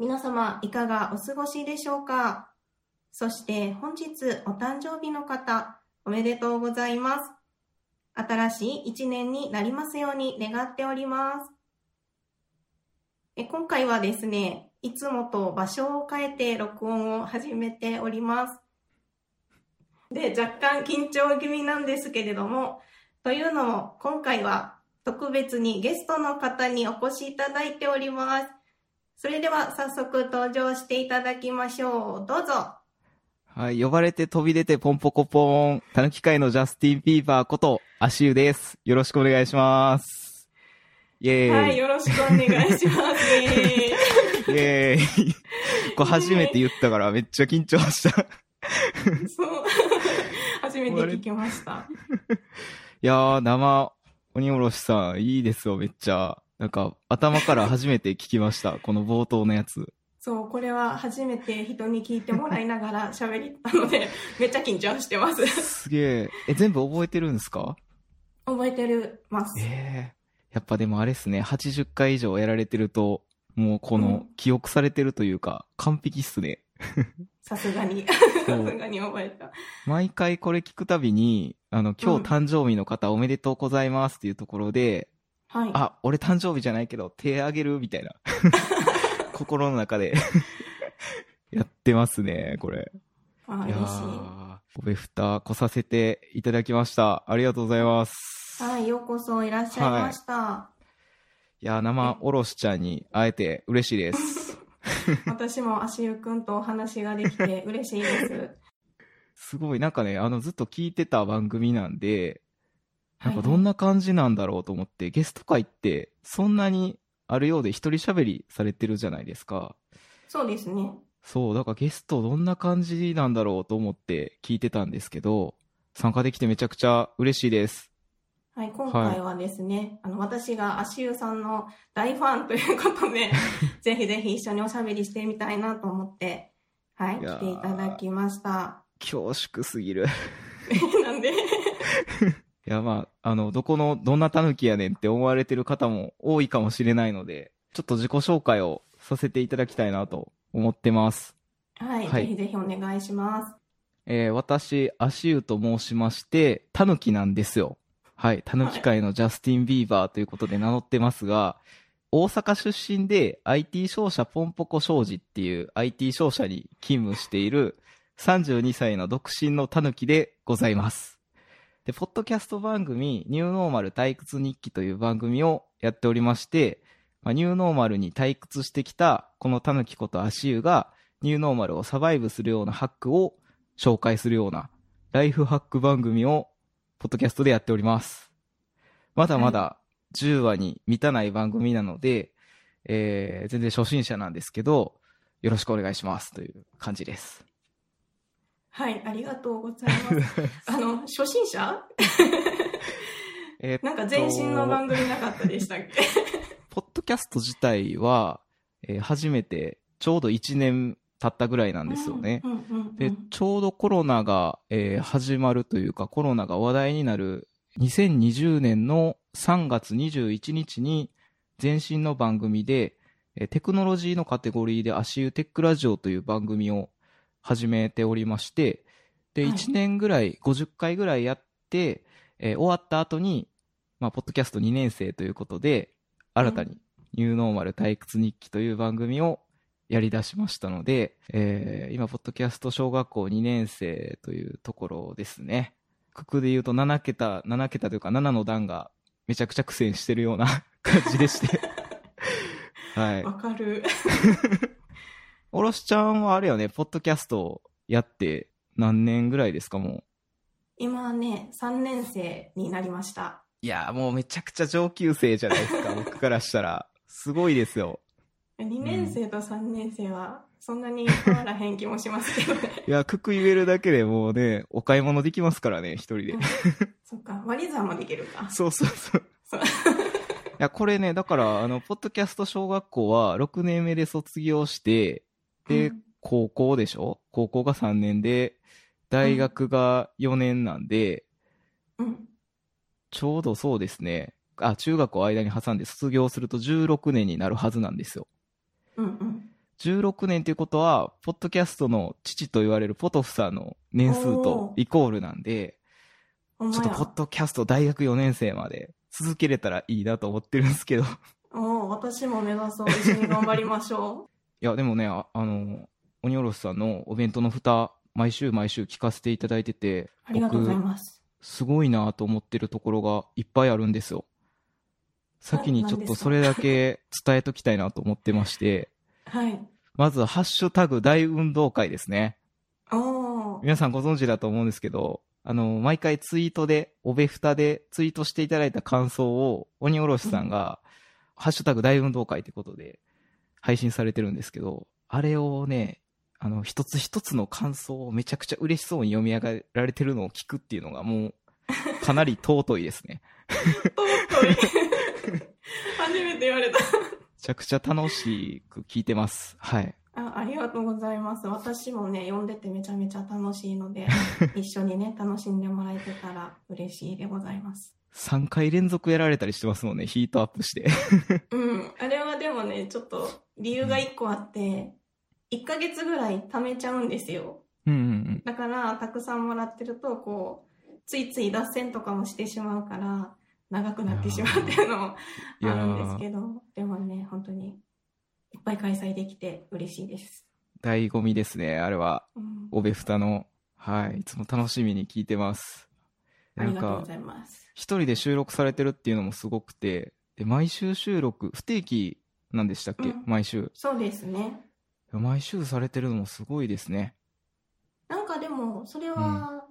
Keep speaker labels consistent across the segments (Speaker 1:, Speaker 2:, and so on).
Speaker 1: 皆様、いかがお過ごしでしょうかそして、本日お誕生日の方、おめでとうございます。新しい一年になりますように願っております。え今回はですね、いつもと場所を変えて録音を始めております。で、若干緊張気味なんですけれども、というのも今回は特別にゲストの方にお越しいただいております。それでは早速登場していただきましょう。どうぞ。
Speaker 2: はい、呼ばれて飛び出てポンポコポーン、たぬき界のジャスティン・ビーバーことアシューです。よろしくお願いします。
Speaker 1: イェーイ。はい、よろしくお願いします。
Speaker 2: イェ ーイ。これ初めて言ったからめっちゃ緊張した
Speaker 1: そう。初めて聞きました。
Speaker 2: いやー、生、鬼おろしさん、いいですよ、めっちゃ。なんか、頭から初めて聞きました。 この冒頭のやつ。
Speaker 1: そう、これは初めて人に聞いてもらいながら喋りたので、 めっちゃ緊張してます。
Speaker 2: すげえ。え、全部覚えてるんですか
Speaker 1: 覚えてるます。
Speaker 2: ええー、やっぱでもあれですね、80回以上やられてると、もうこの記憶されてるというか、うん、完璧っす ね。
Speaker 1: さすがに、さすがに覚えた。
Speaker 2: 毎回これ聞くたびに、あの、今日誕生日の方おめでとうございますっていうところで、
Speaker 1: うん、はい、
Speaker 2: あ、俺誕生日じゃないけど手あげるみた いな。心の中でやってますね、これ。
Speaker 1: あ、嬉し
Speaker 2: い。おべふた来させていただきました。ありがとうございます。
Speaker 1: はい、ようこそいらっしゃいました。はい
Speaker 2: いや、生おろしちゃんに会えて嬉しいです。
Speaker 1: 私も足湯くんとお話ができて嬉しいです。
Speaker 2: すごい、なんかね、あの、ずっと聞いてた番組なんで、なんかどんな感じなんだろうと思って、はい、ゲスト会ってそんなにあるようで一人喋りされてるじゃないですか。
Speaker 1: そうですね。
Speaker 2: そう、だからゲストどんな感じなんだろうと思って聞いてたんですけど、参加できてめちゃくちゃ嬉しいです。
Speaker 1: はい、今回はですね、はい、あの私が足湯さんの大ファンということで、ぜひぜひ一緒におしゃべりしてみたいなと思って、はい、い来ていただきました。
Speaker 2: 恐縮すぎる。
Speaker 1: なんでい
Speaker 2: や、まあ、あの、どこの、どんなタヌキやねんって思われてる方も多いかもしれないので、ちょっと自己紹介をさせていただきたいなと思ってます。
Speaker 1: はい、はい、ぜひぜひお願いします。
Speaker 2: えー、私、足湯と申しまして、タヌキなんですよ。はい、たぬき界のジャスティン・ビーバーということで名乗ってますが、はい、大阪出身で IT 商社ポンポコ商事っていう IT 商社に勤務している32歳の独身のたぬきでございます。で、ポッドキャスト番組ニューノーマル退屈日記という番組をやっておりまして、まあ、ニューノーマルに退屈してきたこのたぬきこと足湯がニューノーマルをサバイブするようなハックを紹介するようなライフハック番組をポッドキャストでやっております。まだまだ10話に満たない番組なので、はい、えー、全然初心者なんですけど、よろしくお願いしますという感じです。
Speaker 1: はい、ありがとうございます。あの、初心者えっと、なんか前身の番組なかったでしたっけ
Speaker 2: ポッドキャスト自体は、えー、初めてちょうど1年経ったぐらいなんですよね。うんうんうんうん、で、ちょうどコロナが、えー、始まるというか、コロナが話題になる2020年の3月21日に、前身の番組で、えー、テクノロジーのカテゴリーで足湯テックラジオという番組を始めておりまして、で、はい、1年ぐらい、50回ぐらいやって、えー、終わった後に、まあ、ポッドキャスト2年生ということで、新たにニューノーマル退屈日記という番組をやり出しましたので、えー、今、ポッドキャスト小学校2年生というところですね。ここで言うと7桁、7桁というか7の段がめちゃくちゃ苦戦してるよう な感じでして
Speaker 1: はい。わかる。
Speaker 2: おろしちゃんはあれよね、ポッドキャストやって何年ぐらいですか、もう。
Speaker 1: 今ね、3年生になりました。
Speaker 2: いや、もうめちゃくちゃ上級生 じゃないですか、僕からしたら。すごいですよ。
Speaker 1: 2年生と3年生はそんなに変わらへん気もしますけど ね。
Speaker 2: いや、くく言えるだけでもうね、お買い物できますからね、一人で。
Speaker 1: そっか、割り算もできるか。
Speaker 2: そうそうそう。
Speaker 1: そう
Speaker 2: いや、これね、だから、あの、ポッドキャスト小学校は6年目で卒業して、で、
Speaker 1: うん
Speaker 2: 高校でしょ高校が3年で、大学が4年なんで、
Speaker 1: うん。
Speaker 2: ちょうどそうですね。あ、中学を間に挟んで卒業すると16年になるはずなんですよ。
Speaker 1: うんうん。
Speaker 2: 16年ということは、ポッドキャストの父と言われるポトフさんの年数と
Speaker 1: おー
Speaker 2: イコールなんで、
Speaker 1: ほん
Speaker 2: ちょ
Speaker 1: ま
Speaker 2: っとポッ
Speaker 1: や。
Speaker 2: ドキャスト大学4年生まで続けれたらいいなと思ってるんですけど。い
Speaker 1: おお、私も目指そう。一緒に頑張りまし ょ
Speaker 2: や、でもね、ああの、鬼おろしさんのお弁当の蓋、毎週毎週聞かせていただいてて
Speaker 1: う。、ありがとうございます。
Speaker 2: すごいなと思ってるところがいっぱいあるんですよ。先にちょっとそれだけ伝えときたいなと思ってまして、
Speaker 1: はい。
Speaker 2: まず、ハッシュタグ大運動会ですね。
Speaker 1: おお。
Speaker 2: 皆さんご存知だと思うんですけど、あの、毎回ツイートで、おべふたでツイートしていただいた感想を、鬼おろしさんが、ハッシュタグ大運動会ってことで配信されてるんですけど、あれをね、あの、一つ一つの感想をめちゃくちゃ嬉しそうに読み上げられてるのを聞くっていうのがもう、かなり尊いですね。
Speaker 1: 尊い初めて言われた。
Speaker 2: めちゃくちゃ楽しく聞いてます。はい。
Speaker 1: あありがとうございます。私もね、読んでてめちゃめちゃ楽しいの で、一緒にね、楽しんでもらえてたら嬉しいでございます。
Speaker 2: 3回連続やられたりしてますもんね、ヒートアップして。
Speaker 1: うん。あれはでもね、ちょっと理由が一個あって、1ヶ月ぐらい貯めちゃうんですよ。
Speaker 2: うんうんうん。
Speaker 1: だから、たくさんもらってると、こう、ついつい脱線とかもしてしまうから、長くなってしまうっていうのもあ
Speaker 2: いやー
Speaker 1: るんですけど、でもね、本当にいっぱい開催できて嬉しいです。
Speaker 2: 醍醐味ですね、あれは。
Speaker 1: うん、
Speaker 2: おべふたの、はい、いつも楽しみに聞いてます。
Speaker 1: あ
Speaker 2: な
Speaker 1: り
Speaker 2: ん
Speaker 1: がとう
Speaker 2: か
Speaker 1: ご、ざいます。
Speaker 2: 一人で収録されてるっていうのもすごくて、で、毎週収録、不定期なんでしたっけ、
Speaker 1: うん
Speaker 2: 毎週。
Speaker 1: そうですね。
Speaker 2: 毎週されてるのもすごいですね。
Speaker 1: なんかでも、それは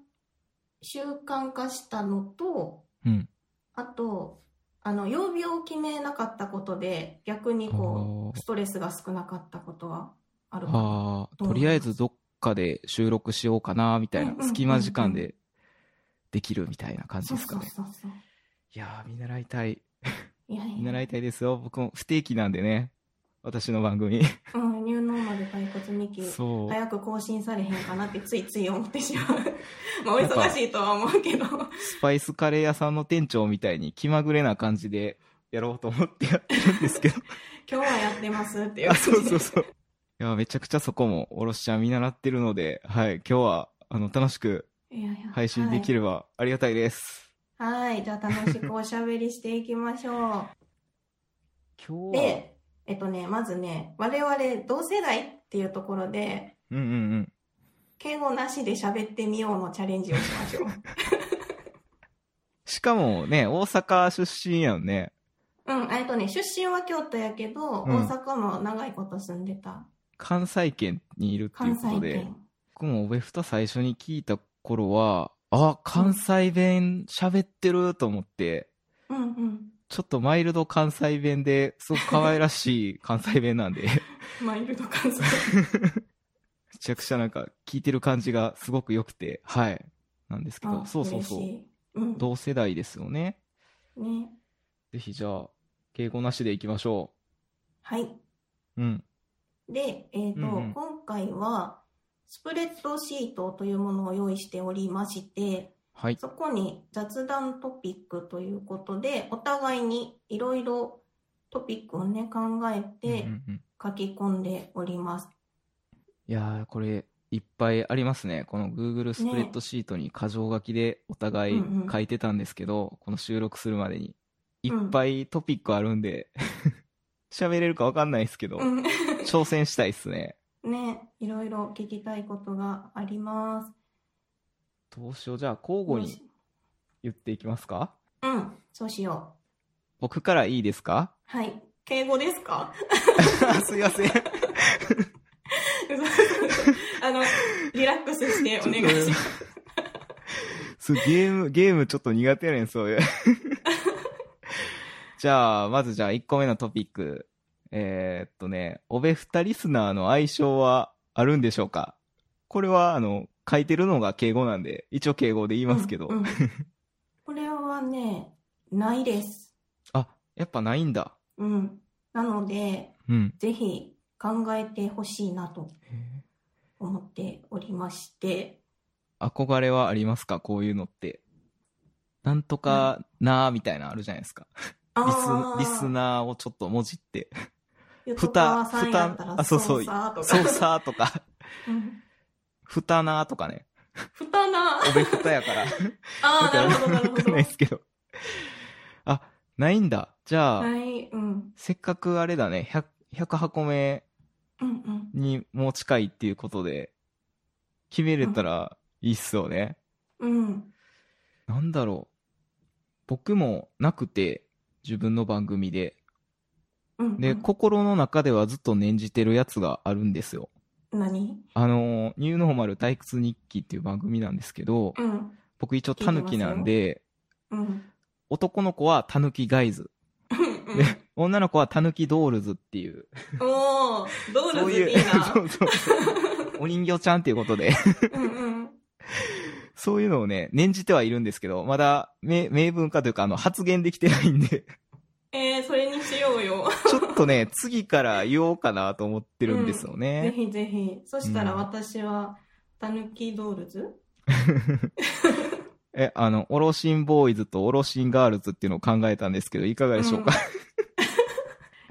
Speaker 1: 習慣化したのと、
Speaker 2: うん。
Speaker 1: あと、あの、曜日を決めなかったことで、逆にこ
Speaker 2: あー
Speaker 1: う、ストレスが少なかったことはあるかな。
Speaker 2: ああ、
Speaker 1: どう
Speaker 2: とりあえずどっかで収録しようかな、みたい
Speaker 1: うんうん
Speaker 2: な、
Speaker 1: うんうん
Speaker 2: 隙間時間でできるみたいな感じ
Speaker 1: そう
Speaker 2: です
Speaker 1: そ
Speaker 2: か
Speaker 1: う
Speaker 2: ね。
Speaker 1: そうそう。
Speaker 2: いやー、見習いたい。
Speaker 1: いやい
Speaker 2: 見
Speaker 1: や。
Speaker 2: 習いたいですよ。僕も不定期なんでね。私の番組。
Speaker 1: うん、ニューノーマル退屈日記、
Speaker 2: そう。
Speaker 1: 早く更新されへんかなってついつい思ってしまう。 まあ、お忙しいとは思うけど。
Speaker 2: スパイスカレー屋さんの店長みたいに気まぐれな感じでやろうと思ってやってるんですけど。
Speaker 1: 今日は やってますっていう
Speaker 2: あ
Speaker 1: 感じ
Speaker 2: そうそうそう。いや、めちゃくちゃそこもおろしちゃん見習ってるので、はい、今日は、あの、楽しく
Speaker 1: いやいや
Speaker 2: 配信できればありがたいです。
Speaker 1: はい、はいじゃあ楽しくおしゃべりしていきま しょう。
Speaker 2: 今日は、
Speaker 1: で、えっとね、まずね、我々同世代っていうところで、
Speaker 2: うんうんうん。
Speaker 1: 敬語なしで喋ってみようのチャレンジをしま しょう。
Speaker 2: しかもね、大阪出身やんね。
Speaker 1: うん、えっとね、出身は京都やけど、
Speaker 2: うん
Speaker 1: 大阪も長いこと住んでた
Speaker 2: 関西圏にいるってい
Speaker 1: 関
Speaker 2: うこと
Speaker 1: 西
Speaker 2: で、
Speaker 1: 圏。
Speaker 2: 僕もオベフタ最初に聞いた頃は、あ、関西弁喋ってると思って、
Speaker 1: うんうん。
Speaker 2: ちょっとマイルド関西弁で、すごく可愛らしい関西弁な んで、め
Speaker 1: マイルド関西。
Speaker 2: ちゃくちゃなんか聞いてる感じがすごく良くて、はい。なんですけど、そうそうそ
Speaker 1: 嬉
Speaker 2: う。
Speaker 1: しいうん。
Speaker 2: 同世代ですよね。
Speaker 1: ね。
Speaker 2: ぜひじゃあ、敬語なしでいきましょ
Speaker 1: はい。
Speaker 2: う。うん。
Speaker 1: で、えっ、と、
Speaker 2: うんうん
Speaker 1: 今回は、スプレッドシートというものを用意しておりまして、
Speaker 2: はい。
Speaker 1: そこに雑談トピックということで、お互いにいろいろトピックをね、考えて
Speaker 2: うんうんうん
Speaker 1: 書き込んでおります。
Speaker 2: いやー、これ、いっぱいありますね。この Google スプレッドシートに箇条書きでお互い
Speaker 1: うんうん
Speaker 2: 書いてたんですけど、この収録するまでに。いっぱいトピックあるんで、 喋れるかわかんないですけど、
Speaker 1: うん
Speaker 2: 挑戦したいっすね。
Speaker 1: ね、いろいろ聞きたいことがあります。
Speaker 2: どうしよう。じゃあ、交互に言っていきますか
Speaker 1: うん、そうしよう。
Speaker 2: 僕からいいですか
Speaker 1: はい。敬語ですか
Speaker 2: すいません。
Speaker 1: 嘘 あの、リラックスしてお願いします。
Speaker 2: そうゲーム、ゲームちょっと苦手やねん、そういう。じゃあ、まずじゃあ1個目のトピック。ええーっとね、オベフタリスナーの愛称はあるんでしょうかこれは、あの、書いてるのが敬語なんで、一応敬語で言いますけど。
Speaker 1: うんうんこれはね、ないです。
Speaker 2: あ、やっぱないんだ。
Speaker 1: うん。なので、
Speaker 2: うん。
Speaker 1: ぜひ考えてほしいなと思っておりまして、
Speaker 2: 憧れはありますかこういうのって。なんとかなーみたいなのあるじゃないですか。
Speaker 1: あ
Speaker 2: リス、リ
Speaker 1: ー
Speaker 2: スナーをちょっともじって。
Speaker 1: 横川さんやった
Speaker 2: ふ
Speaker 1: ら
Speaker 2: たあそうそう
Speaker 1: さとか
Speaker 2: そうさーとか、
Speaker 1: うん
Speaker 2: ふたなーとかね。
Speaker 1: ふたな
Speaker 2: おべふたやから。
Speaker 1: ああなるほどなるほ
Speaker 2: わか
Speaker 1: ど
Speaker 2: ん ないですけど。 あ、ないんだ。じゃあ、
Speaker 1: はいうん
Speaker 2: せっかくあれだね、100、100箱目
Speaker 1: うんうん
Speaker 2: にもう近いっていうことで、決めれたらいいっすよね。
Speaker 1: うん
Speaker 2: なんだろう。僕もなくて、自分の番組で。
Speaker 1: うん
Speaker 2: で、
Speaker 1: うん
Speaker 2: 心の中ではずっと念じてるやつがあるんですよ。
Speaker 1: 何
Speaker 2: あのー、ニューノーマル退屈日記っていう番組なんですけど、
Speaker 1: うん
Speaker 2: 僕一応タヌキなんで、
Speaker 1: うん
Speaker 2: 男の子はタヌキガイズ。
Speaker 1: うん
Speaker 2: で女の子はタヌキドールズっていう、
Speaker 1: おおドー
Speaker 2: そう
Speaker 1: ルズ
Speaker 2: い、
Speaker 1: いういな
Speaker 2: そうそうそう。お人形ちゃんっていうことで、
Speaker 1: うんうん
Speaker 2: そういうのをね、念じてはいるんですけど、まだ、め名文化というか、あの、発言できてないん で、
Speaker 1: えー、それにしようよ。
Speaker 2: ちょっとね、次から言おうかなと思ってるんですよ
Speaker 1: ぜ
Speaker 2: ね。
Speaker 1: ひぜひ。そしたら
Speaker 2: うん
Speaker 1: 私は、たぬきドールズ
Speaker 2: え、あの、オロシンボーイズとオロシンガールズっていうのを考えたんですけど、いかがでしょうか、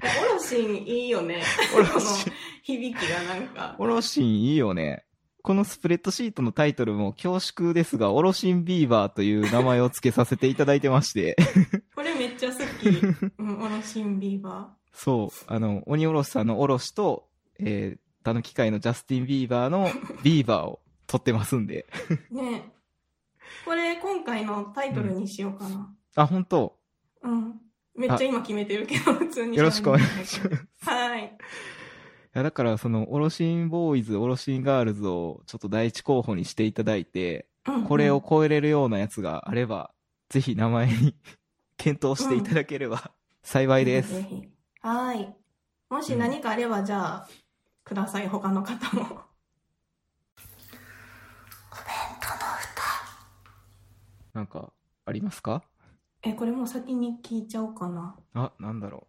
Speaker 1: えオロシンいいよね。
Speaker 2: オロシン、
Speaker 1: 響きがなんか。
Speaker 2: オロシンいいよね。このスプレッドシートのタイトルも恐縮ですが、オロシンビーバーという名前を付けさせていただいてまして、
Speaker 1: これめっちゃ好き。うん、オロシンビーバ
Speaker 2: そう、あの、鬼おろしさんのおろしと、えー、たぬき界のジャスティン・ビーバーのビーバーを撮ってますんで。
Speaker 1: ー。ねこれ今回のタイトルにしようかな。
Speaker 2: あ、本当
Speaker 1: うん。めっちゃ今決めてるけど、普通に。
Speaker 2: よろしくお願いします。い
Speaker 1: す。はい。
Speaker 2: や、だから、その、オロシンボーイズ、オロシンガールズをちょっと第一候補にしていただいて、
Speaker 1: うんうん
Speaker 2: これを。超えれるようなやつがあれば、ぜひ名前に 検討していただければ幸いで
Speaker 1: ぜ
Speaker 2: す。
Speaker 1: ひぜひはい。もし何かあれば、じゃあ、ください、他の方も。
Speaker 2: なんか、ありますか
Speaker 1: え、これもう先に聞いちゃおうかな。
Speaker 2: あ、なんだろ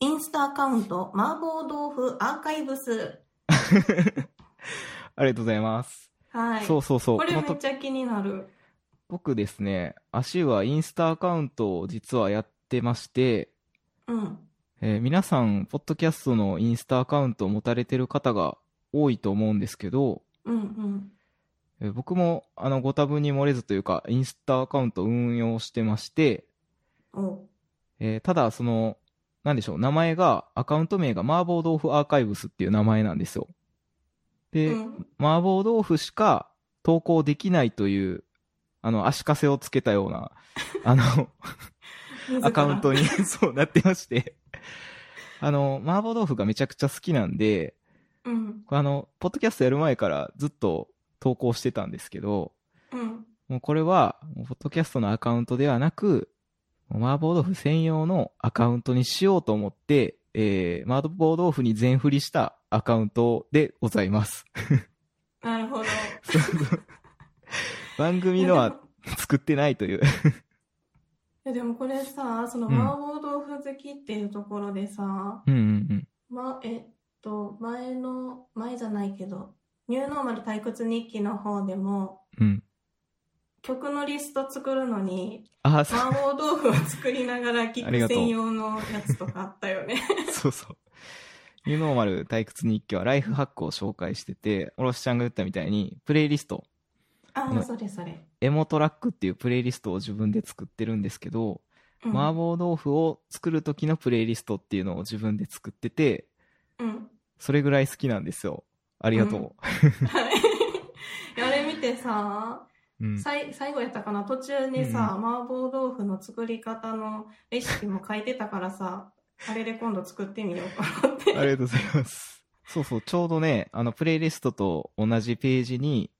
Speaker 1: インスタアカウント、麻婆豆腐アーカイブス。
Speaker 2: う。ありがとうございます。
Speaker 1: はい。
Speaker 2: そうそうそう。
Speaker 1: これ
Speaker 2: この
Speaker 1: め
Speaker 2: と
Speaker 1: っちゃ気になる。
Speaker 2: 僕ですね、足はインスタアカウントを実はやってまして、
Speaker 1: うん。
Speaker 2: えー皆さん、ポッドキャストのインスタアカウントを持たれてる方が多いと思うんですけど、
Speaker 1: うんうん。
Speaker 2: えー僕もあのご多分に漏れずというか、インスタアカウントを運用してまして、
Speaker 1: お
Speaker 2: えーただ、その、なんでしょう、名前が、アカウント名が麻婆豆腐アーカイブスっていう名前なんですよ。
Speaker 1: う
Speaker 2: で、
Speaker 1: ん。
Speaker 2: 麻婆豆腐しか投稿できないという、あの、足かせをつけたような、あの、
Speaker 1: 自ら
Speaker 2: アカウン。トにそうなってまして。あの、麻婆豆腐がめちゃくちゃ好きなんで、
Speaker 1: うん。
Speaker 2: あの、ポッドキャストやる前からずっと投稿してたんですけど、
Speaker 1: うん。
Speaker 2: もうこれは、もうポッドキャストのアカウントではなく、麻婆豆腐専用のアカウントにしようと思って、えー、麻婆豆腐に全振りしたアカウントでございます。
Speaker 1: なるほど。
Speaker 2: 番組 のは作ってないという。
Speaker 1: いやでもこれさ、その
Speaker 2: うん
Speaker 1: 麻婆豆腐好きっていうところでさ、
Speaker 2: うんうん
Speaker 1: ま、えっと、前の、前じゃないけど、ニューノーマル退屈日記の方でも、
Speaker 2: うん。うん。
Speaker 1: 曲のリスト作るのに、
Speaker 2: あー、そう
Speaker 1: 麻婆豆腐を作りながら聞
Speaker 2: あり
Speaker 1: く
Speaker 2: がとう
Speaker 1: 専用のやつとかあったよ ね。
Speaker 2: そうそう。ニューノーマル退屈日記はライフハックを紹介してて、おろしちゃんが言ったみたいに、プレイリスト、
Speaker 1: あ
Speaker 2: う
Speaker 1: あ、
Speaker 2: ん
Speaker 1: それそれ。
Speaker 2: エモトラックっていうプレイリストを自分で作ってるんですけど、
Speaker 1: うん
Speaker 2: 麻婆豆腐を作る時のプレイリストっていうのを自分で作ってて、
Speaker 1: うん。
Speaker 2: それぐらい好きなんですよ。ありがと
Speaker 1: はい。 あれ見てさ、
Speaker 2: う。うん。
Speaker 1: さい最後やったかな途中にさ、麻婆豆腐の作り方のレシピも書いてたからさ、あれで今度作ってみようかなって。
Speaker 2: ありがとうございます。そうそう、ちょうどね、あの、プレイリストと同じページに、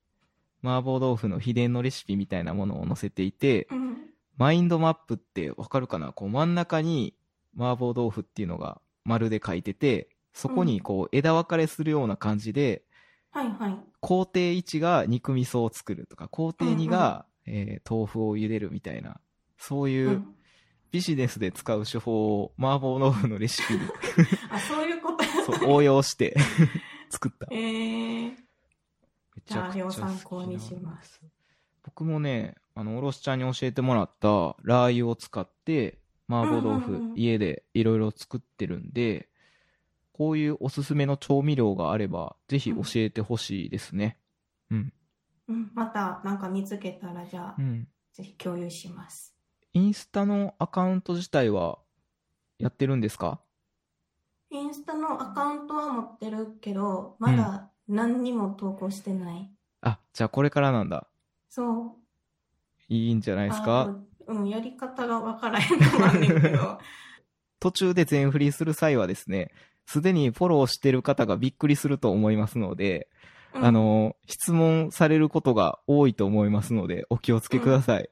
Speaker 2: 麻婆豆腐の秘伝のレシピみたいなものを載せていて、
Speaker 1: うん。
Speaker 2: マインドマップってわかるかなこう真ん中に麻婆豆腐っていうのが、丸で書いてて、そこにこう枝分かれするような感じで、
Speaker 1: はいはい。
Speaker 2: 工程1が肉味噌を作るとか、工程2が、えー豆腐を茹でるみたいな、そういううんビジネスで使う手法を麻婆豆腐のレシピに
Speaker 1: あ、そういうこと。
Speaker 2: そう応用して 作った。
Speaker 1: え
Speaker 2: め
Speaker 1: ー、じゃあ
Speaker 2: ちゃくちゃ好き
Speaker 1: あれ
Speaker 2: な。
Speaker 1: を参考にします
Speaker 2: 僕もね、あの、おろしちゃんに教えてもらったラー油を使って、麻婆豆腐、
Speaker 1: うんうんうん
Speaker 2: 家でいろいろ作ってるんで、こういうおすすめの調味料があれば、ぜひ教えてほしいですね。うん。
Speaker 1: うん、またなんか見つけたらじゃあ、
Speaker 2: うん。
Speaker 1: ぜひ共有します。
Speaker 2: インスタのアカウント自体はやってるんですか
Speaker 1: インスタのアカウントは持ってるけど、まだ何にも投稿してない。
Speaker 2: あ、じゃあこれからなんだ。
Speaker 1: そう。
Speaker 2: いいんじゃないです
Speaker 1: あ
Speaker 2: か
Speaker 1: のうん、やり方がわからへんかなんねんけ ど。
Speaker 2: 途中で全振りする際はですね、すでにフォローしてる方がびっくりすると思いますので、
Speaker 1: うん
Speaker 2: あ、の、質問されることが多いと思いますので、お気をつけください。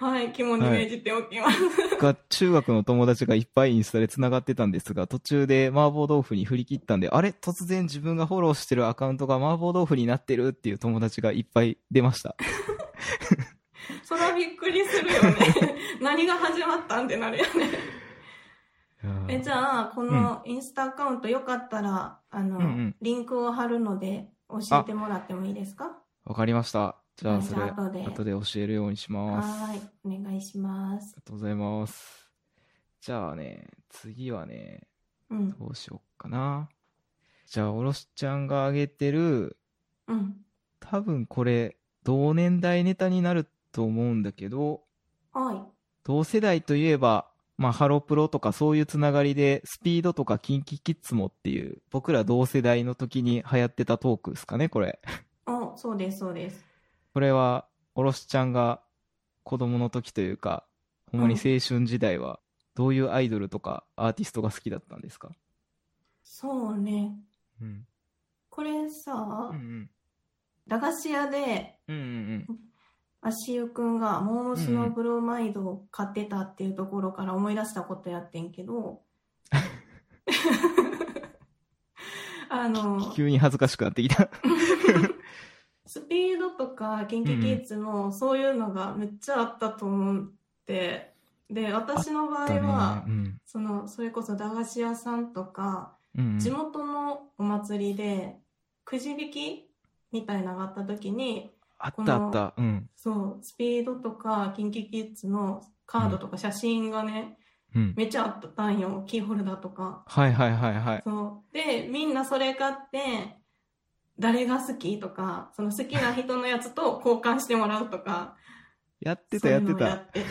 Speaker 1: はい、肝に銘じておきます。
Speaker 2: が中学の友達がいっぱいインスタで繋がってたんですが、途中で麻婆豆腐に振り切ったんで、あれ突然自分がフォローしてるアカウントが麻婆豆腐になってるっていう友達がいっぱい出ました。
Speaker 1: それはびっくりするよね。 何が始まったんってなるよね。え、じゃあ、このインスタアカウントよかったら、あの、
Speaker 2: うんうん
Speaker 1: リンクを貼るので、教えてもらってもいいですか
Speaker 2: わかりました。じゃ
Speaker 1: は
Speaker 2: あ
Speaker 1: い
Speaker 2: そ
Speaker 1: じ
Speaker 2: れ、
Speaker 1: ゃあ後で
Speaker 2: 後で教えるようにします。あ
Speaker 1: は
Speaker 2: り
Speaker 1: ーい、お願いします
Speaker 2: が。とうございます。じゃあね、次はね、
Speaker 1: うん、
Speaker 2: どうしよっかな。じゃあ、おろしちゃんが挙げてる、
Speaker 1: うん。
Speaker 2: 多分これ、同年代ネタになると思うんだけど、
Speaker 1: は
Speaker 2: 同世代といえば、まあ、ハロプロとかそういうつながりで、スピードとかキンキキッズもっていう、僕ら同世代の時に流行ってたトークですかね、これ。
Speaker 1: い。お、そうです、そうです。
Speaker 2: これは、おろしちゃんが子供の時というか、ほんまに青春時代は、どういうアイドルとかアーティストが好きだったんですか
Speaker 1: そうね。
Speaker 2: うん。
Speaker 1: これさ、
Speaker 2: うん
Speaker 1: 駄菓子屋で、
Speaker 2: うん。うんうん
Speaker 1: 足湯くんがモームスのブロマイドを買ってたっていうところから思い出したことやってんけ ど、あ
Speaker 2: うん。
Speaker 1: の、
Speaker 2: 急に恥ずかしくなってきた。
Speaker 1: スピードとかキンキキッズもそういうのがめっちゃあったと思って、で、私の場合は、
Speaker 2: うん。
Speaker 1: その、それこそ駄菓子屋さんとか、
Speaker 2: うん
Speaker 1: 地元のお祭りで、くじ引きみたいなのがあった時に、
Speaker 2: あったあった。うん。
Speaker 1: そう、スピードとか、キンキキッズのカードとか写真がね、
Speaker 2: うん。
Speaker 1: めっちゃあったんよ、キーホルダーとか。
Speaker 2: はいはいはいはい。
Speaker 1: そう。で、みんなそれ買って、誰が好きとか、その好きな人のやつと交換してもらうとか、
Speaker 2: やってたやって
Speaker 1: そういうのや
Speaker 2: た。
Speaker 1: ってたっ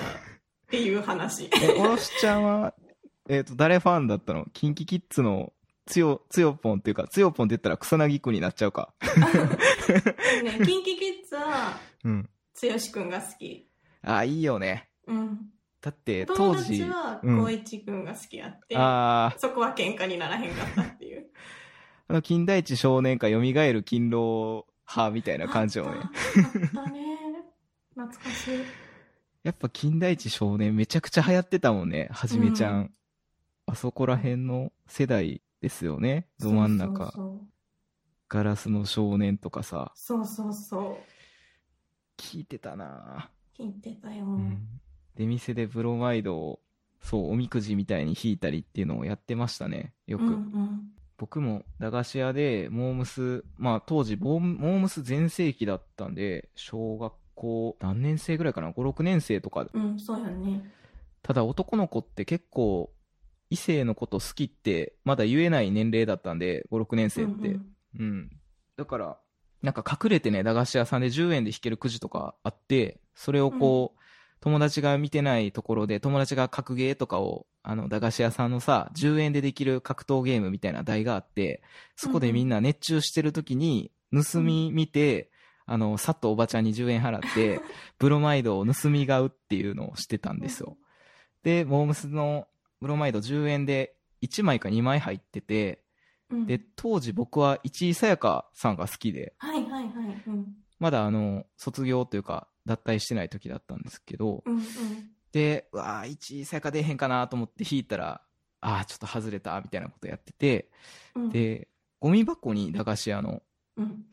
Speaker 1: ていう 話。
Speaker 2: え、おろしちゃんは、 えっ、と、誰ファンだったのキンキキッズの、つよ、つよぽんっていうか、つよぽんって言ったら草薙くんになっちゃうか。
Speaker 1: ね、キンキキッズは、
Speaker 2: うん。
Speaker 1: つよしくんが好き。
Speaker 2: あ、いいよね。
Speaker 1: うん。
Speaker 2: だって、
Speaker 1: 友
Speaker 2: 当
Speaker 1: 達
Speaker 2: 時、
Speaker 1: は、
Speaker 2: うん
Speaker 1: 光一くんが好きやって、
Speaker 2: あー
Speaker 1: そこは喧嘩にならへんかったっていう。
Speaker 2: あの、近代一少年か蘇る勤労派みたいな感じをね
Speaker 1: あ。った。あったね。懐かしい。
Speaker 2: やっぱ近代一少年めちゃくちゃ流行ってたもんね、はじめちゃん。
Speaker 1: う
Speaker 2: あそこら辺の世代ですよね、ど真ん中。ガラスの少年とかさ、
Speaker 1: そうそうそうそうそ
Speaker 2: 聞いてたな
Speaker 1: う聞いてたよ、
Speaker 2: ぁ。出店でブロマイドを、そう、おみくじみたいに引いたりっていうのをやってましたね、よ
Speaker 1: うん
Speaker 2: く。
Speaker 1: うん
Speaker 2: 僕も駄菓子屋でモームスまあ当時モームモームス全盛期だったんで小学校何年生ぐらいかな56年生とか
Speaker 1: うんそうやね
Speaker 2: ただ男の子って結構異性のこと好きってまだ言えない年齢だったんで56年生って、
Speaker 1: うんうん
Speaker 2: うん。だから、なんか隠れてね、駄菓子屋さんで10円で弾けるくじとかあって、それをこう、友達が見てないところで、友達が格ゲーとかを、あの、駄菓子屋さんのさ、10円でできる格闘ゲームみたいな台があって、そこでみんな熱中してる時に、盗み見て、あの、さっとおばちゃんに10円払 って、ブロマイドを盗み買うっていうのをしてたんですよ。で、モームスのブロマイド10円で1枚か2枚入ってて、
Speaker 1: うん
Speaker 2: で、当時僕は市井さやかさんが好きで、
Speaker 1: はいはいはいうん
Speaker 2: まだあの、卒業というか、脱退してない時だったんですけど、
Speaker 1: うんうん
Speaker 2: で、うわー、市井さやか出えへんかなと思って弾いたら、ああ、ちょっと外れた、みたいなことやってて、
Speaker 1: うん、
Speaker 2: で、ゴミ箱に駄菓子屋の、
Speaker 1: うん、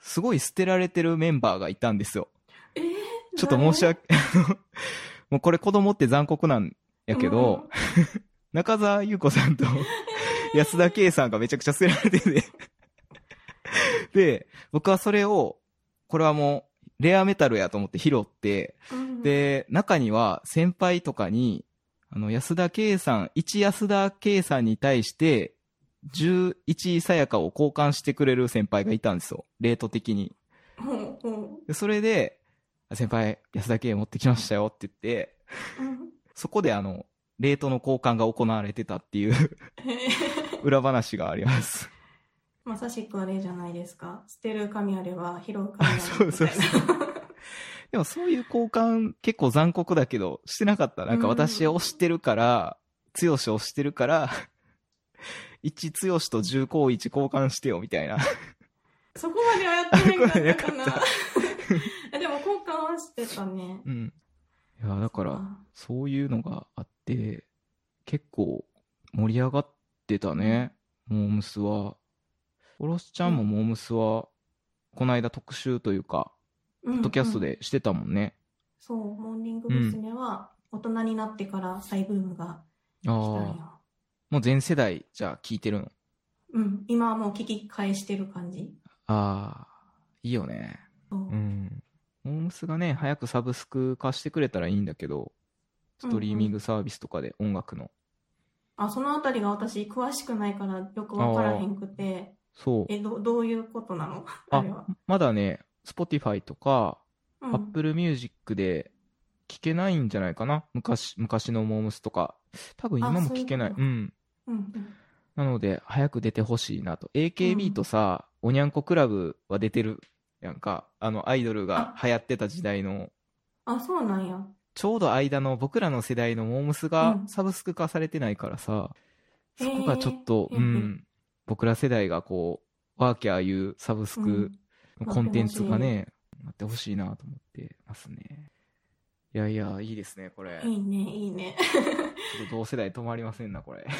Speaker 2: すごい捨てられてるメンバーがいたんですよ。
Speaker 1: えー
Speaker 2: ちょっと申し
Speaker 1: なる
Speaker 2: 訳、 もうこれ子供って残酷なんやけど、中澤優子さんと 安田圭さんがめちゃくちゃ捨てられてて。で、僕はそれを、これはもう、レアメタルやと思って拾って、
Speaker 1: ほどうん、
Speaker 2: で、中には先輩とかに、あの、安田圭さん、一安田圭さんに対して、11さやかを交換してくれる先輩がいたんですよ。レート的に。
Speaker 1: ほうほう
Speaker 2: でそれで、あ先輩、安田圭持ってきましたよって言って、
Speaker 1: うん
Speaker 2: そこであの、レートの交換が行われてたっていう
Speaker 1: えー
Speaker 2: 裏話があります。
Speaker 1: まさしくあれじゃないですか。捨てる紙あれば拾う紙あればみたいな。
Speaker 2: そうそうそでもそういう交換結構残酷だけど、してなかった。なん
Speaker 1: う
Speaker 2: か
Speaker 1: ん
Speaker 2: 私を推してるから、強しを推してるから、1強しと10高1交換してよみたいな。
Speaker 1: そこまではやってなかったか
Speaker 2: そこまでなかっ
Speaker 1: な。でも交換はしてたね。
Speaker 2: うん。いや、だから、そういうのがあって、結構盛り上がってたね、モームスは。おろすちゃんもモームスは、この間特集というか、
Speaker 1: うん、
Speaker 2: ポッドキャスト
Speaker 1: うん。
Speaker 2: でしてたもんね。
Speaker 1: そう、モーニング娘。は大人になってから再ブームが来た
Speaker 2: あ
Speaker 1: ん
Speaker 2: あ。
Speaker 1: よ。
Speaker 2: もう全世代、じゃあ聞いてるの。
Speaker 1: うん、今はもう聞き返してる感じ。
Speaker 2: ああ、いいよね。
Speaker 1: そう
Speaker 2: うん。モームスがね、早くサブスク化してくれたらいいんだけど、ストリーミングサービスとかで音楽の。
Speaker 1: あそのあたりが私詳しくないからよくわからへんくて、
Speaker 2: そう。
Speaker 1: え、どどういうことなの
Speaker 2: あ
Speaker 1: あれは。
Speaker 2: まだね、Spotify とか、
Speaker 1: うん
Speaker 2: Apple Music で聞けないんじゃないかな。昔、昔のモームスとか。多分今
Speaker 1: あ
Speaker 2: も
Speaker 1: そういう
Speaker 2: 聞けない。
Speaker 1: こと
Speaker 2: うん。
Speaker 1: うん
Speaker 2: なので、早く出てほしいなと。
Speaker 1: う
Speaker 2: AKB
Speaker 1: ん
Speaker 2: とさ、おにゃんこクラブは出てるやんか。あの、アイドルが流行ってた時代の。
Speaker 1: あ、そうなんや。
Speaker 2: ちょうど間の僕らの世代のモームスが
Speaker 1: うん
Speaker 2: サブスク化されてないからさ、
Speaker 1: へ
Speaker 2: そ
Speaker 1: ー
Speaker 2: こがちょっと、
Speaker 1: うん
Speaker 2: う
Speaker 1: うん
Speaker 2: ん、僕ら世代がこう、ワーキャーいうサブスクのコンテンツがね、なってほしいなと思ってますね。いやいや、いいですね、これ。
Speaker 1: うん、いいね、いい ね。
Speaker 2: ちょっと同世代止まりませんな、これ。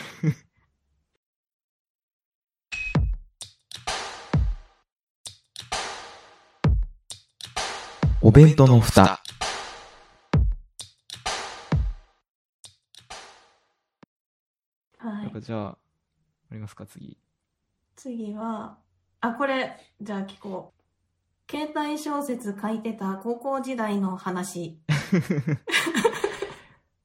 Speaker 2: お弁当の蓋。
Speaker 1: は
Speaker 2: なん
Speaker 1: い
Speaker 2: か。じゃあ、ありますか、次。
Speaker 1: 次は、あ、これ、じゃあ聞こう。携帯小説書いてた高校時代の話。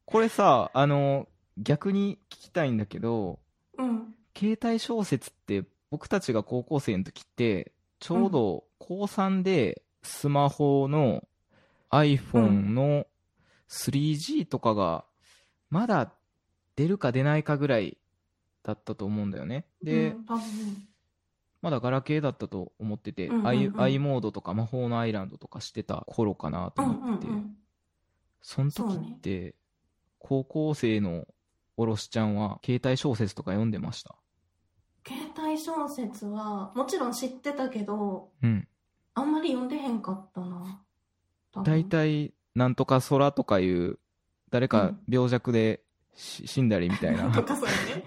Speaker 2: これさ、あの、逆に聞きたいんだけど、
Speaker 1: うん。
Speaker 2: 携帯小説って僕たちが高校生の時って、ちょうど高3でスマホの iPhone の 3G とかがまだ出るか出ないかぐらいだったと思うんだよね。で、
Speaker 1: うん、多分。
Speaker 2: まだガラケーだったと思ってて、
Speaker 1: うんうんうん
Speaker 2: i, i モードとか魔法のアイランドとかしてた頃かなと
Speaker 1: うんう
Speaker 2: 思
Speaker 1: ん
Speaker 2: ってて、
Speaker 1: うん。
Speaker 2: その時って、高校生のおろしちゃんは携帯小説とか読んでました
Speaker 1: 携帯小説は、もちろん知ってたけど、
Speaker 2: うん。
Speaker 1: あんまり読んでへんかったな。多分
Speaker 2: 大体、なんとか空とかいう、誰か病弱でし、死んだりみたいな。
Speaker 1: とかそうやね。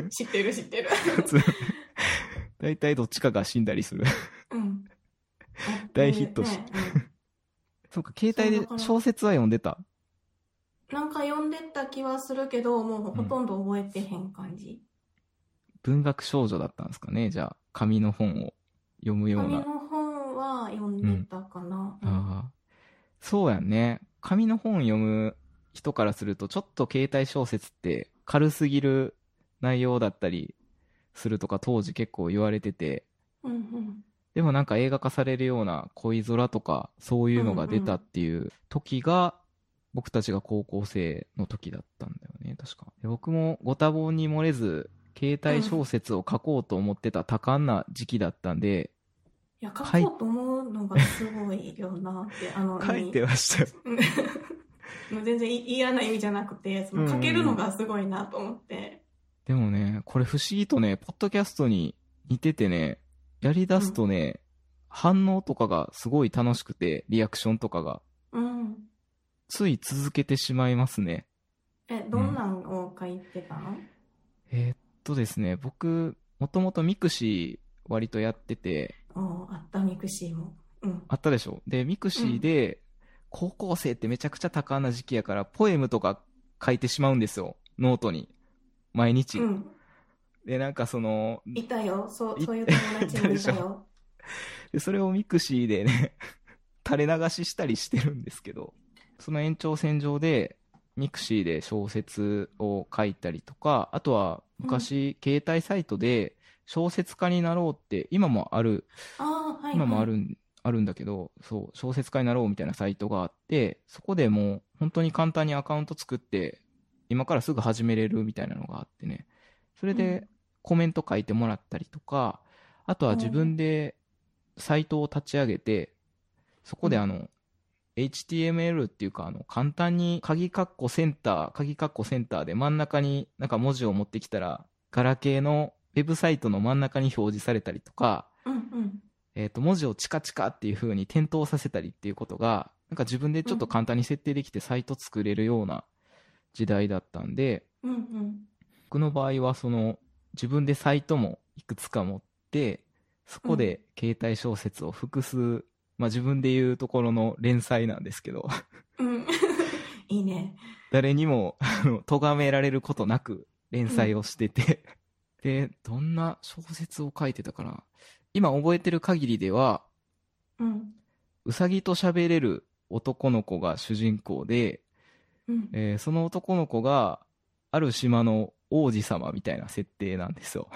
Speaker 1: うん、知ってる知ってる。
Speaker 2: やつ 大体どっちかが死んだりす る。
Speaker 1: うん。
Speaker 2: 大ヒットし
Speaker 1: ねうん
Speaker 2: そうか、携帯
Speaker 1: そうだ
Speaker 2: で
Speaker 1: から
Speaker 2: 小説は読んでた。
Speaker 1: なんか読んでた気はするけど、もうほとんど覚えてへん感じ。
Speaker 2: 文学少女だったんですかね、じゃあ、紙の本を読むよう
Speaker 1: 紙
Speaker 2: な。
Speaker 1: の本は読んでたかな。うん
Speaker 2: ああそうやんね。紙の本読む人からすると、ちょっと携帯小説って軽すぎる内容だったりするとか、当時結構言われてて、
Speaker 1: うんうん。
Speaker 2: でもなんか映画化されるような恋空とかそういうのが出たっていう時が僕たちが高校生の時だったんだよね確かで僕もご多忙に漏れず携帯小説を書こうと思ってた多感な時期だったんで、
Speaker 1: いや、書
Speaker 2: はい
Speaker 1: こうと思うのがすごいよなって、あの、
Speaker 2: 書いてましたよ
Speaker 1: うん もう全然い嫌な意味じゃなくて、そ
Speaker 2: うん
Speaker 1: の
Speaker 2: う
Speaker 1: 書
Speaker 2: んうん
Speaker 1: けるのがすごいなと思って。
Speaker 2: でもねこれ不思議とねポッドキャストに似ててねやりだすとね、反応とかがすごい楽しくてリアクションとかが
Speaker 1: うん。
Speaker 2: つい続けてしまいますね
Speaker 1: え、どんなんを書いてたの
Speaker 2: えーっとですね、僕、もともとミクシー割とやってて、
Speaker 1: おーあったミクシーも。うん。
Speaker 2: あったでしょで、ミクシーで、高校生ってめちゃくちゃ多感な時期やから、ポエムとか書いてしまうんですよ。ノートに。毎日。
Speaker 1: うん。
Speaker 2: で、なんかその、
Speaker 1: いたよ。そう、
Speaker 2: い
Speaker 1: そういう友達もいた
Speaker 2: いたでし
Speaker 1: よ。
Speaker 2: でそれをミクシーでね、 垂れ流ししたりしてるんですけど、その延長線上で、ミクシーで小説を書いたりとか、あとは昔、携帯サイトで小説家になろうって、今もある、
Speaker 1: ああ、はい、はい。
Speaker 2: 今もあるんあるんだけど、そう、小説家になろうみたいなサイトがあって、そこでもう本当に簡単にアカウント作って、今からすぐ始めれるみたいなのがあってね、それ
Speaker 1: う
Speaker 2: でコメント書いてもらったりとか、あとは自分でサイトを立ち上げて、そこであの、HTML っていうか、あの、簡単に鍵括弧センター、鍵括弧センターで真ん中になんか文字を持ってきたら、ガラケーのウェブサイトの真ん中に表示されたりとか、
Speaker 1: うんうん。
Speaker 2: えー、と文字をチカチカっていう風に点灯させたりっていうことがなんか自分でちょっと簡単に設定できてサイト作れるような時代だったんで、
Speaker 1: うんうん。
Speaker 2: 僕の場合はその自分でサイトもいくつか持ってそこで携帯小説を複数、まあ、自分で言うところの連載なんですけど
Speaker 1: うん。 いいね。
Speaker 2: 誰にもあの咎められることなく連載をしてて、 でどんな小説を書いてたかな今覚えてる限りでは
Speaker 1: うん。
Speaker 2: うさぎと喋れる男の子が主人公で、
Speaker 1: うん。
Speaker 2: えーその男の子がある島の王子様みたいな設定なんですよ。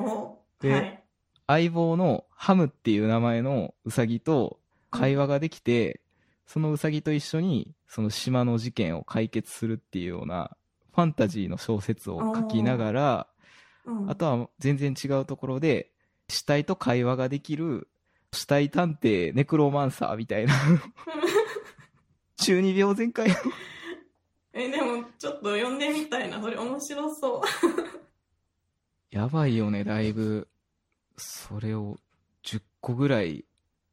Speaker 1: お
Speaker 2: で
Speaker 1: はい。
Speaker 2: 相棒のハムっていう名前のうさぎと会話ができて、そのうさぎと一緒にその島の事件を解決するっていうようなファンタジーの小説を書きながら、
Speaker 1: うん、
Speaker 2: あとは全然違うところで死体と会話ができる死体探偵ネクロマンサーみ たいな中二病全開
Speaker 1: え、でも、ちょっと読んでみたいな。それ面白そう。
Speaker 2: やばいよね、だいぶ。それを10個ぐらい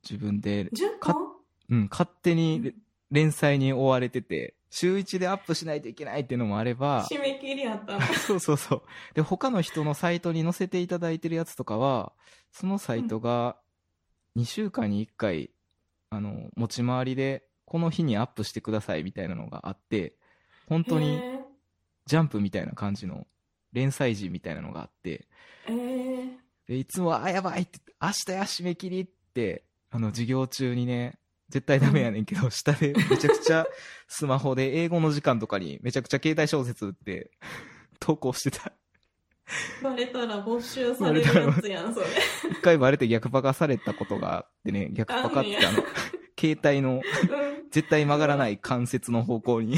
Speaker 2: 自分で、
Speaker 1: 10
Speaker 2: か
Speaker 1: 個
Speaker 2: うん、勝手に連載に追われてて、週1でアップしないといけないっていうのもあれば、
Speaker 1: 締め切りやったの。
Speaker 2: そうそうそう。で、他の人のサイトに載せていただいてるやつとかは、そのサイトが2週間に1回、あの、持ち回りで、この日にアップしてくださいみたいなのがあって、本当
Speaker 1: へ
Speaker 2: にジャンプみたいな感じの連載時みたいなのがあって、
Speaker 1: え。ええ。
Speaker 2: で、いつも、あ、やばいって、明日や締め切りって、あの、授業中にね、絶対ダメやねんけど、下でめちゃくちゃ、スマホで英語の時間とかにめちゃくちゃ携帯小説打って、投稿してた。
Speaker 1: バレたら没収されるやつやん、それ。
Speaker 2: 一回バレて逆パカされたことがあってね、逆パカってあの、携帯
Speaker 1: う
Speaker 2: の
Speaker 1: ん。
Speaker 2: 絶対曲がらない関節の方向に。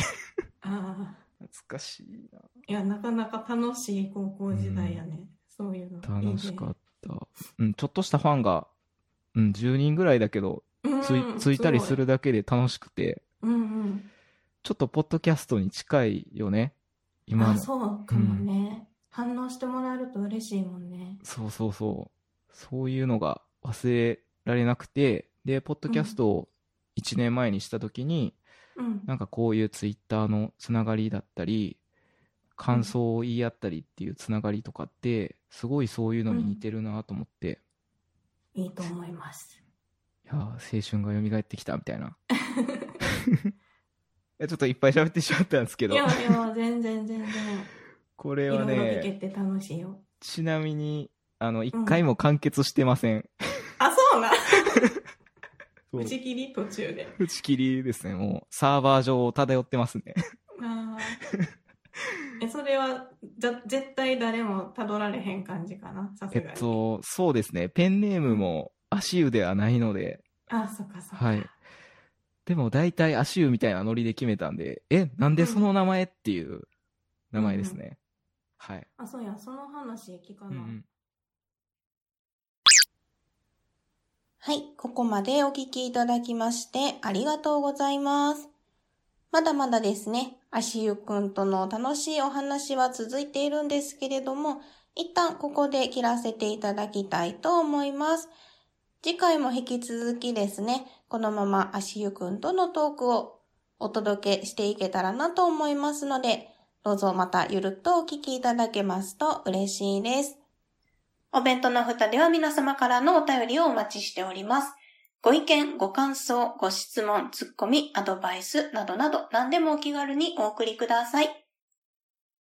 Speaker 1: ああ。
Speaker 2: 懐かしいな。
Speaker 1: いや、なかなか楽しい高校時代やね。そういうの。
Speaker 2: 楽しか
Speaker 1: っ
Speaker 2: った。うん、ちょっとしたファンが、うん、10人ぐらいだけど、
Speaker 1: た。うん
Speaker 2: つい、ついたりす。
Speaker 1: ご
Speaker 2: るだけで楽しくて、
Speaker 1: うん
Speaker 2: ちょっとポッドキャストに近いよね。
Speaker 1: うん。
Speaker 2: 今
Speaker 1: あ、
Speaker 2: の。
Speaker 1: そうかもね。反応してもらえると嬉しいもんね。
Speaker 2: そうそうそう。そういうのが忘れられなくて、で、ポッドキャストを1年前にした時に、
Speaker 1: うん。
Speaker 2: なんかこういうツイッターのつながりだったり、感想を言い合ったりっていうつながりとかって、すごいそういうのに似てるなと思って、
Speaker 1: いいと思います。
Speaker 2: いやー青春が蘇ってきたみた いな。い やちょっといっぱい喋ってしまったんですけ
Speaker 1: い
Speaker 2: ど、
Speaker 1: やいや、全然全然。
Speaker 2: これ
Speaker 1: いろ
Speaker 2: はい
Speaker 1: ろ聞け
Speaker 2: ね、
Speaker 1: て楽しいよ。
Speaker 2: ちなみに、あの、1回も完結してません。
Speaker 1: あ、そうな。
Speaker 2: そう
Speaker 1: 打ち切り途中で。
Speaker 2: 打ち切りですね。もう、サーバー上を漂ってます ね。
Speaker 1: あーえそれはじゃ絶対誰もたどられへん感じかなさす
Speaker 2: え
Speaker 1: がに、
Speaker 2: っと、そうですね。ペンネームも足湯ではないので、
Speaker 1: あそっかそっか、
Speaker 2: はい。でも大体足湯みたいなノリで決めたんで、え、なんでその名前っていう名前ですね。はい。
Speaker 1: あそうやその話聞か
Speaker 2: う
Speaker 1: な、
Speaker 2: ん
Speaker 1: はい、ここまでお聞きいただきましてありがとうございます。まだまだですね、足湯くんとの楽しいお話は続いているんですけれども、一旦ここで切らせていただきたいと思います。次回も引き続きですね、このまま足湯くんとのトークをお届けしていけたらなと思いますので、どうぞまたゆるっとお聞きいただけますと嬉しいです。お弁当の蓋では皆様からのお便りをお待ちしております。ご意見、ご感想、ご質問、ツッコミ、アドバイスなどなど何でもお気軽にお送りください。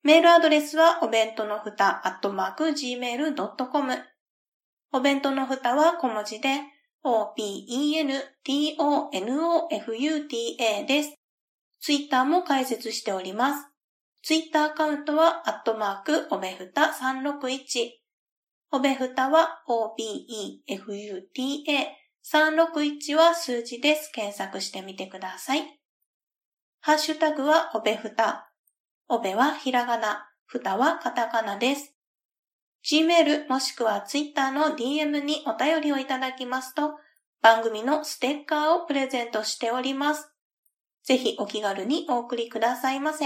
Speaker 1: メールアドレスはお弁当のふた gmail.com お弁当のふたは小文字で opentonofuta です。ツイッターも開設しております。ツイッターアカウントはアットマークおべふた361おべふたは obefuta 361は数字です。検索してみてください。ハッシュタグはおべふた。おべはひらがな、ふたはカタカナです。Gmail もしくは Twitter の DM にお便りをいただきますと、番組のステッカーをプレゼントしております。ぜひお気軽にお送りくださいませ。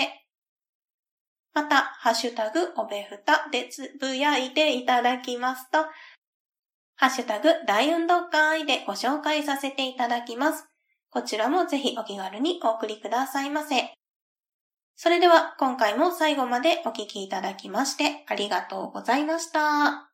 Speaker 1: また、ハッシュタグおべふたでつぶやいていただきますと、ハッシュタグ大運動会でご紹介させていただきます。こちらもぜひお気軽にお送りくださいませ。それでは今回も最後までお聞きいただきましてありがとうございました。